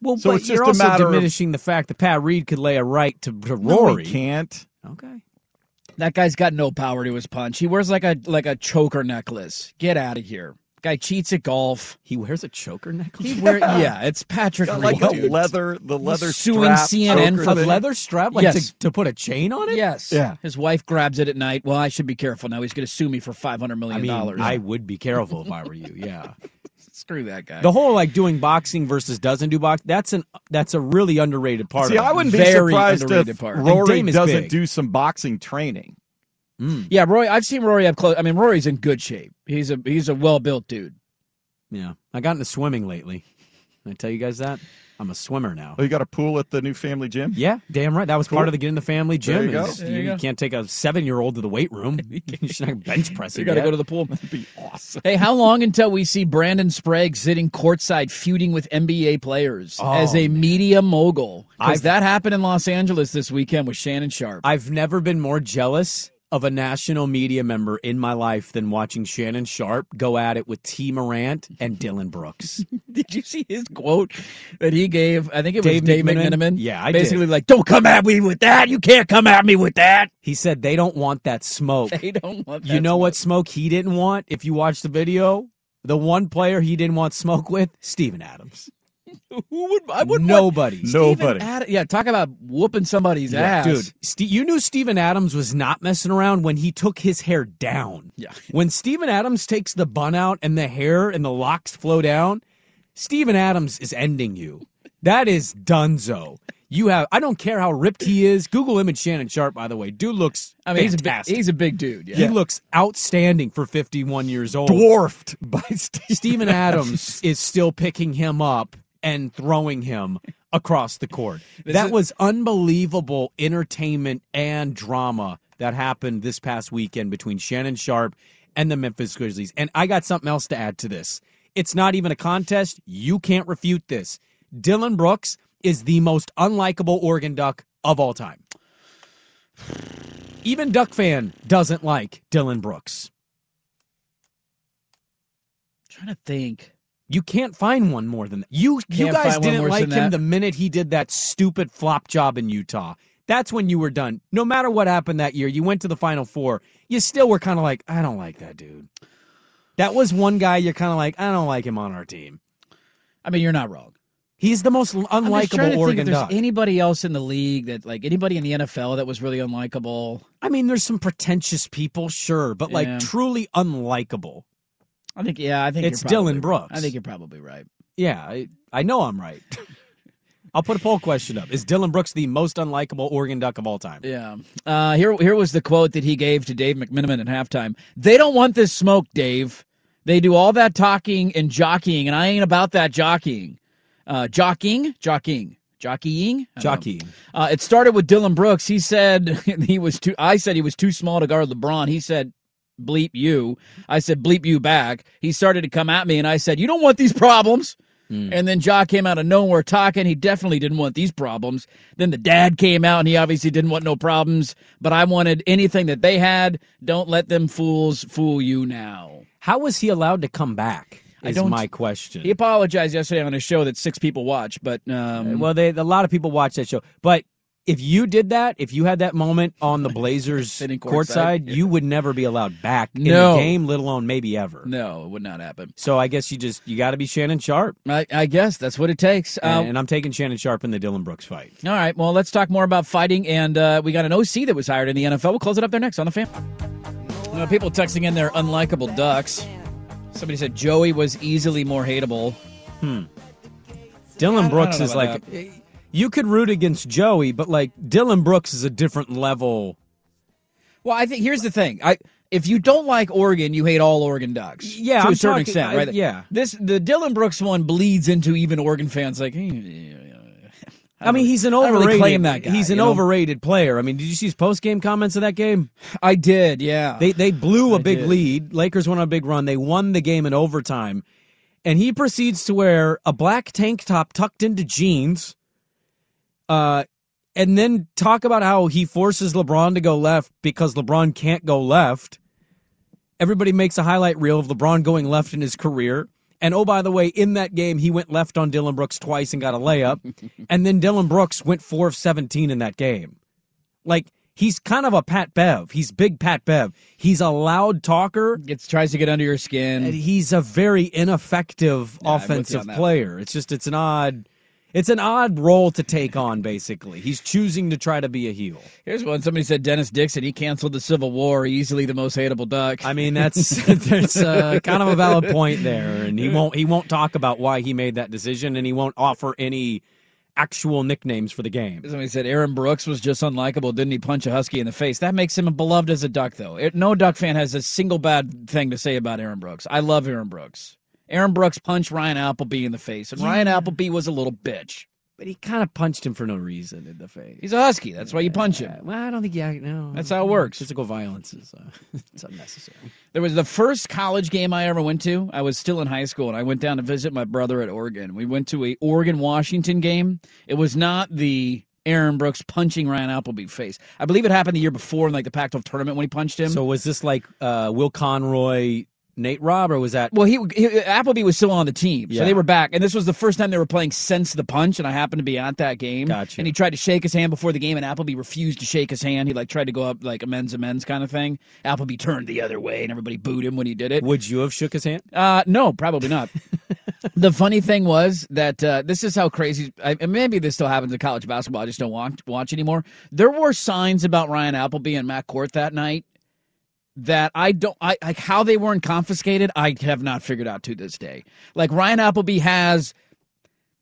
H: well,
D: So
H: but
D: it's
H: you're
D: just a
H: also
D: matter of-
H: diminishing the fact that Pat Reed could lay a right to, to
D: No, he
H: Rory.
D: can't.
H: okay,
E: That guy's got no power to his punch. He wears like a like a choker necklace. Get out of here. Guy cheats at golf.
H: he wears a choker necklace.
E: He wear, yeah, it's Patrick
D: Got
E: Reed.
D: like
E: What?
D: the leather, the leather
E: suing
D: strap
E: CNN
D: choker
E: for
H: a
D: thing.
H: leather strap, like
E: Yes.
H: to, to put a chain on it.
E: Yes.
D: Yeah.
E: His wife grabs it at night. Well, I should be careful now. He's going to sue me for five hundred
H: I
E: million
H: mean,
E: dollars.
H: I would be careful if I were you. Yeah.
E: screw that guy.
H: The whole like doing boxing versus doesn't do box. That's an that's a really underrated part.
D: See,
H: of it.
D: I wouldn't be
E: Very
D: surprised
E: underrated
D: if
E: part. And
D: Rory
H: Dame is
D: doesn't
H: big.
D: do some boxing training.
E: yeah, Roy. I've seen Rory up close. I mean, Rory's in good shape. He's a he's a well built dude.
H: Yeah, I got into swimming lately. Can I tell you guys that I'm a swimmer now.
D: Oh, you got a pool at the new family gym?
H: Yeah, damn right. That was part of the getting the family
D: There
H: gym.
D: you go.
H: is
D: There
H: you,
E: you go.
H: can't take a seven year old to the weight room. you should not bench press.
E: You got to go to the pool.
D: That'd be awesome.
E: Hey, how long until we see Brandon Sprague sitting courtside feuding with NBA players
H: Oh,
E: as a media mogul?
H: I've-
E: Because that happened in Los Angeles this weekend with Shannon Sharp.
H: I've never been more jealous of a national media member in my life than watching Shannon Sharp go at it with T. Morant and Dylan Brooks.
E: did you see his quote that he gave? I think it
H: Dave
E: was Dave
H: McMenamin?
E: McMenamin.
H: Yeah, I did.
E: basically like, don't come at me with that. You can't come at me with that.
H: he said they don't want that smoke.
E: They don't want. That
H: you know
E: smoke.
H: what smoke he didn't want if you watch the video the one player he didn't want smoke with steven adams
E: Who would I would
H: Nobody. Nobody.
E: yeah, talk about whooping somebody's ass,
H: dude. Ste you knew Steven Adams was not messing around when he took his hair down.
E: Yeah.
H: when Steven Adams takes the bun out and the hair and the locks flow down, Steven Adams is ending you. That is Dunzo. You have I don't care how ripped he is. Google image Shannon Sharp, by the way. Dude looks
E: I mean, he's a big-
H: fantastic.
E: he's a big dude, yeah.
H: He looks outstanding for 51 years old.
D: Dwarfed by Steven,
H: Steven Adams is still picking him up and throwing him across the court.
E: This
H: that
E: is-
H: was unbelievable entertainment and drama that happened this past weekend between Shannon Sharp and the Memphis Grizzlies. And I got something else to add to this. It's not even a contest. You can't refute this. Dylan Brooks is the most unlikable Oregon Duck of all time. Even Duck fan doesn't like Dylan Brooks.
E: trying to think.
H: You can't find one more than that. You you
E: Can't find
H: guys
E: one
H: didn't
E: worse
H: like
E: than
H: him
E: that.
H: the minute he did that stupid flop job in Utah. That's when you were done. No matter what happened that year, you went to the Final Four. You still were kind of like, I don't like that dude. That was one guy you're kind of like, I don't like him on our team.
E: I mean, you're not wrong.
H: He's the most
E: I'm just trying
H: unlikable
E: to think if
H: Oregon
E: there's
H: Duck.
E: anybody else in the league that like anybody in the NFL that was really unlikable.
H: I mean, there's some pretentious people, sure, but like
E: Yeah.
H: truly unlikable.
E: I think yeah, I think
H: It's
E: you're probably
H: Dylan
E: right.
H: Brooks.
E: I think you're probably right.
H: Yeah, I, I know I'm right. I'll put a poll question up. Is Dylan Brooks the most unlikable Oregon Duck of all time?
E: Yeah. Uh, here, here was the quote that he gave to Dave McMiniman at halftime. They don't want this smoke, Dave. They do all that talking and jockeying, and I ain't about that jockeying. Uh, jockeying, jockeying, jockeying, I don't know.
H: Jockeying.
E: Uh, it started with Dylan Brooks. He said he was too. I said he was too small to guard LeBron. He said. Bleep you. I said, bleep you back. He started to come at me, and I said, You don't want these problems. And then Ja came out of nowhere talking. He definitely didn't want these problems. Then the dad came out and he obviously didn't want no problems. But I wanted anything that they had. Don't let them fools fool you now.
H: How was he allowed to come back?
E: I
H: Is
E: don't-
H: my question.
E: He apologized yesterday on a show that six people watch, but um,
H: well, they a lot of people watch that show, but if you did that, if you had that moment on the Blazers
E: Sitting
H: courtside,
E: courtside,
H: you would never be allowed back
E: No.
H: in the game, let alone maybe ever.
E: no, it would not happen.
H: So I guess you just you got to be Shannon Sharp,
E: I, I guess that's what it takes. Uh,
H: and I'm taking Shannon Sharp in the Dylan Brooks fight.
E: all right, well, let's talk more about fighting. And uh, we got an OC that was hired in the NFL. We'll close it up there next on the fan. Uh, people texting in their unlikable ducks. Somebody said Joey was easily more hateable.
H: Hmm.
E: I- I
H: Dylan
E: don't
H: Brooks
E: know
H: is
E: about
H: like
E: that.
H: you could root against Joey, but like Dylan Brooks is a different level.
E: Well, I think here's the thing. I if you don't like Oregon, you hate all Oregon Ducks.
H: Yeah,
E: to
H: I'm
E: a certain
H: talking-
E: extent,
H: I-
E: right?
H: yeah.
E: This the Dylan Brooks one bleeds into even Oregon fans like. "Eh,
H: I, mean, he's an
E: I don't
H: overrated.
E: really claim that guy,
H: he's an
E: you know?
H: overrated player. I mean, did you see his post game comments of that game?
E: I did. Yeah,
H: they they blew a
E: I
H: big
E: did.
H: lead. Lakers went on a big run. They won the game in overtime, and he proceeds to wear a black tank top tucked into jeans, uh, and then talk about how he forces LeBron to go left because LeBron can't go left. Everybody makes a highlight reel of LeBron going left in his career. And oh, by the way, in that game, he went left on Dylan Brooks twice and got a layup. and then Dylan Brooks went 4 of 17 in that game. Like, he's kind of a Pat Bev. He's big Pat Bev. He's a loud talker.
E: Gets, tries to get under your skin.
H: And he's a very ineffective
E: Yeah, I'm with you
H: offensive
E: on that.
H: player. It's just, it's an odd. It's an odd role to take on, basically. He's choosing to try to be a heel.
E: Here's one. Somebody said Dennis Dixon. He canceled the Civil War. Easily the most hateable duck.
H: I mean, that's there's uh, kind of a valid point there, and he won't he won't talk about why he made that decision, and he won't offer any actual nicknames for the game.
E: Somebody said Aaron Brooks was just unlikable. Didn't he punch a husky in the face? That makes him beloved as a duck, though. It- no duck fan has a single bad thing to say about Aaron Brooks. I love Aaron Brooks. Aaron Brooks punched Ryan Appleby in the face, and Ryan Appleby was a little bitch.
H: But he kind of punched him for no reason in the face.
E: He's a husky. That's why you punch him.
H: Well, I don't think yeah, no.
E: That's how it works.
H: Physical violence is uh, it's unnecessary.
E: There was the first college game I ever went to. I was still in high school, and I went down to visit my brother at Oregon. We went to a Oregon Washington game. It was not the Aaron Brooks punching Ryan Appleby face. I believe it happened the year before in like the Pac-12 tournament when he punched him.
H: So was this like uh, Will Conroy, Nate Robb, or was that?
E: well, he, he Appleby was still on the team, so
H: Yeah.
E: they were back, and this was the first time they were playing since the punch. And I happened to be at that game.
H: Gotcha.
E: And he tried to shake his hand before the game, and Appleby refused to shake his hand. He like tried to go up like amends amends kind of thing. Appleby turned the other way, and everybody booed him when he did it.
H: Would you have shook his hand?
E: Uh, no, Uh, probably not. the funny thing was that uh, this is how crazy. I, and maybe this still happens in college basketball. I just don't watch, watch anymore. There were signs about Ryan Appleby and Matt Court that night that I don't I like how they weren't confiscated. I have not figured out to this day. Like Ryan Appleby has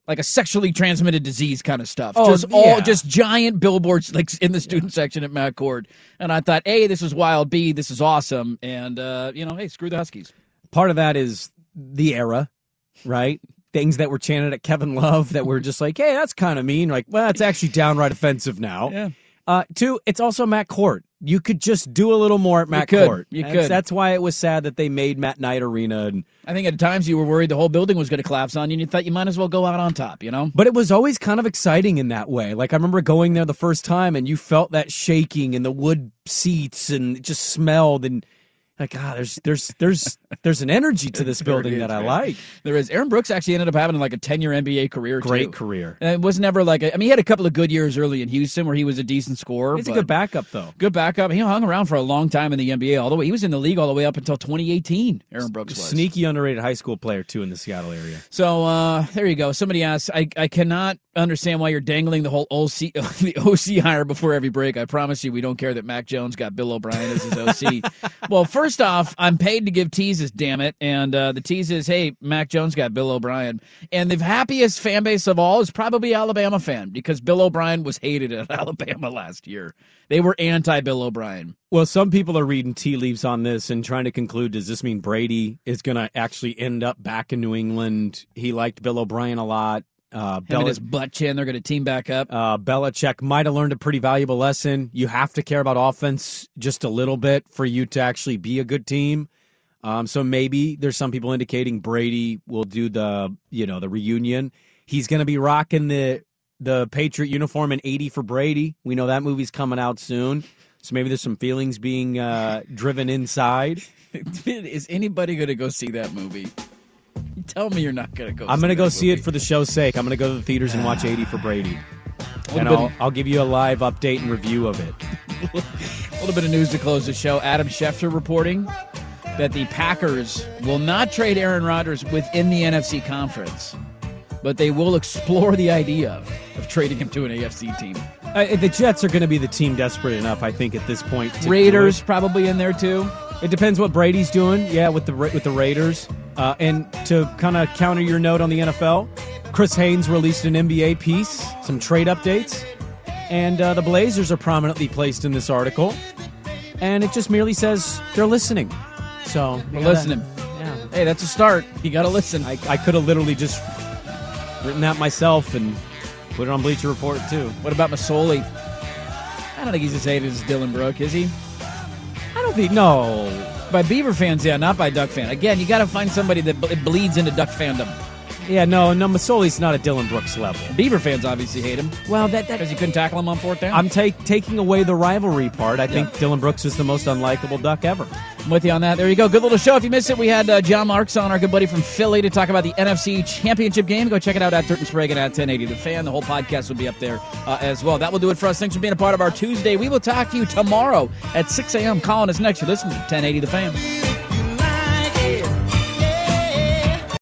E: like a sexually transmitted disease kind of stuff.
H: Oh,
E: just all
H: yeah.
E: just giant billboards like in the student section at Matt Court. And I thought, A, this is wild. B, this is awesome. And uh, you know, hey, screw the Huskies.
H: Part of that is the era, right? Things that were chanted at Kevin Love that were just like, hey, that's kind of mean. Like, well, it's actually downright offensive now.
E: Yeah.
H: Uh, two, it's also Matt Court. You could just do a little more at
E: You
H: Matt
E: could.
H: Court.
E: You
H: That's-
E: could.
H: That's why it was sad that they made Matt Knight Arena. And
E: I think at times you were worried the whole building was going to collapse on you and you thought you might as well go out on top, you know?
H: But it was always kind of exciting in that way. Like I remember going there the first time and you felt that shaking and the wood seats and it just smelled and like ah there's there's there's there's an energy to this building that I like.
E: There is. Aaron Brooks actually ended up having like a 10 year NBA career.
H: Great
E: too.
H: career.
E: And it was never like, a, I mean, he had a couple of good years early in Houston where he was a decent scorer.
H: He's a
E: but-
H: good backup though.
E: Good backup. He hung around for a long time in the NBA all the way. He was in the league all the way up until 2018, Aaron Brooks was.
H: Sneaky underrated high school player too in the Seattle area.
E: So uh, there you go. Somebody asked, I, I cannot understand why you're dangling the whole OC, the OC hire before every break. I promise you, we don't care that Mac Jones got Bill O'Brien as his OC. well, first off, I'm paid to give teases, damn it. And uh, the tease is, hey, Mac Jones got Bill O'Brien. And the happiest fan base of all is probably Alabama fan because Bill O'Brien was hated at Alabama last year. They were anti Bill O'Brien.
H: Well, some people are reading tea leaves on this and trying to conclude does this mean Brady is going to actually end up back in New England? He liked Bill O'Brien a lot. Uh,
E: Him and his butt chin, they're going to team back up.
H: Uh, Belichick might have learned a pretty valuable lesson. You have to care about offense just a little bit for you to actually be a good team. Um, so maybe there's some people indicating Brady will do the you know the reunion. He's going to be rocking the the Patriot uniform in '80 for Brady. We know that movie's coming out soon. So maybe there's some feelings being uh, driven inside.
E: Is anybody going to go see that movie? Tell me you're not going to go.
H: I'm
E: going to
H: go see it for the show's sake. I'm going to go to the theaters and watch 80 for Brady.
E: Would've been-
H: And I'll, I'll give you a live update and review of it.
E: A little bit of news to close the show. Adam Schefter reporting that the Packers will not trade Aaron Rodgers within the NFC conference, but they will explore the idea of, of trading him to an AFC team.
H: Uh, the Jets are going to be the team desperate enough, I think, at this point. to do
E: Raiders
H: it.
E: probably in there too.
H: It depends what Brady's doing. Yeah, with the Ra- with the Raiders. Uh, and to kind of counter your note on the NFL, Chris Haynes released an NBA piece, some trade updates, and uh, the Blazers are prominently placed in this article. And it just merely says they're listening. So
E: We're
H: yeah, that-
E: listening. Hey, that's a start. You got to listen.
H: I, I could have literally just written that myself and put it on Bleacher Report too.
E: What about Masoli? I don't think he's as hated as Dylan Brooke, is he?
H: I don't think. No.
E: By Beaver fans, yeah, not by Duck fan. Again, you got to find somebody that ble- bleeds into Duck fandom.
H: Yeah, no, no, Masoli's not at Dylan Brooks level.
E: Beaver fans obviously hate him.
H: Well, that
E: because you couldn't tackle him on fourth down.
H: I'm take, taking away the rivalry part. I think Dylan Brooks is the most unlikable duck ever.
E: I'm with you on that. There you go. Good little show. If you missed it, we had uh, John Marks on, our good buddy from Philly, to talk about the NFC Championship game. Go check it out at Dirt and Sprague and at 1080 The Fan. The whole podcast will be up there uh, as well. That will do it for us. Thanks for being a part of our Tuesday. We will talk to you tomorrow at 6 a.m. Colin is next. You're listening to 1080 The Fan.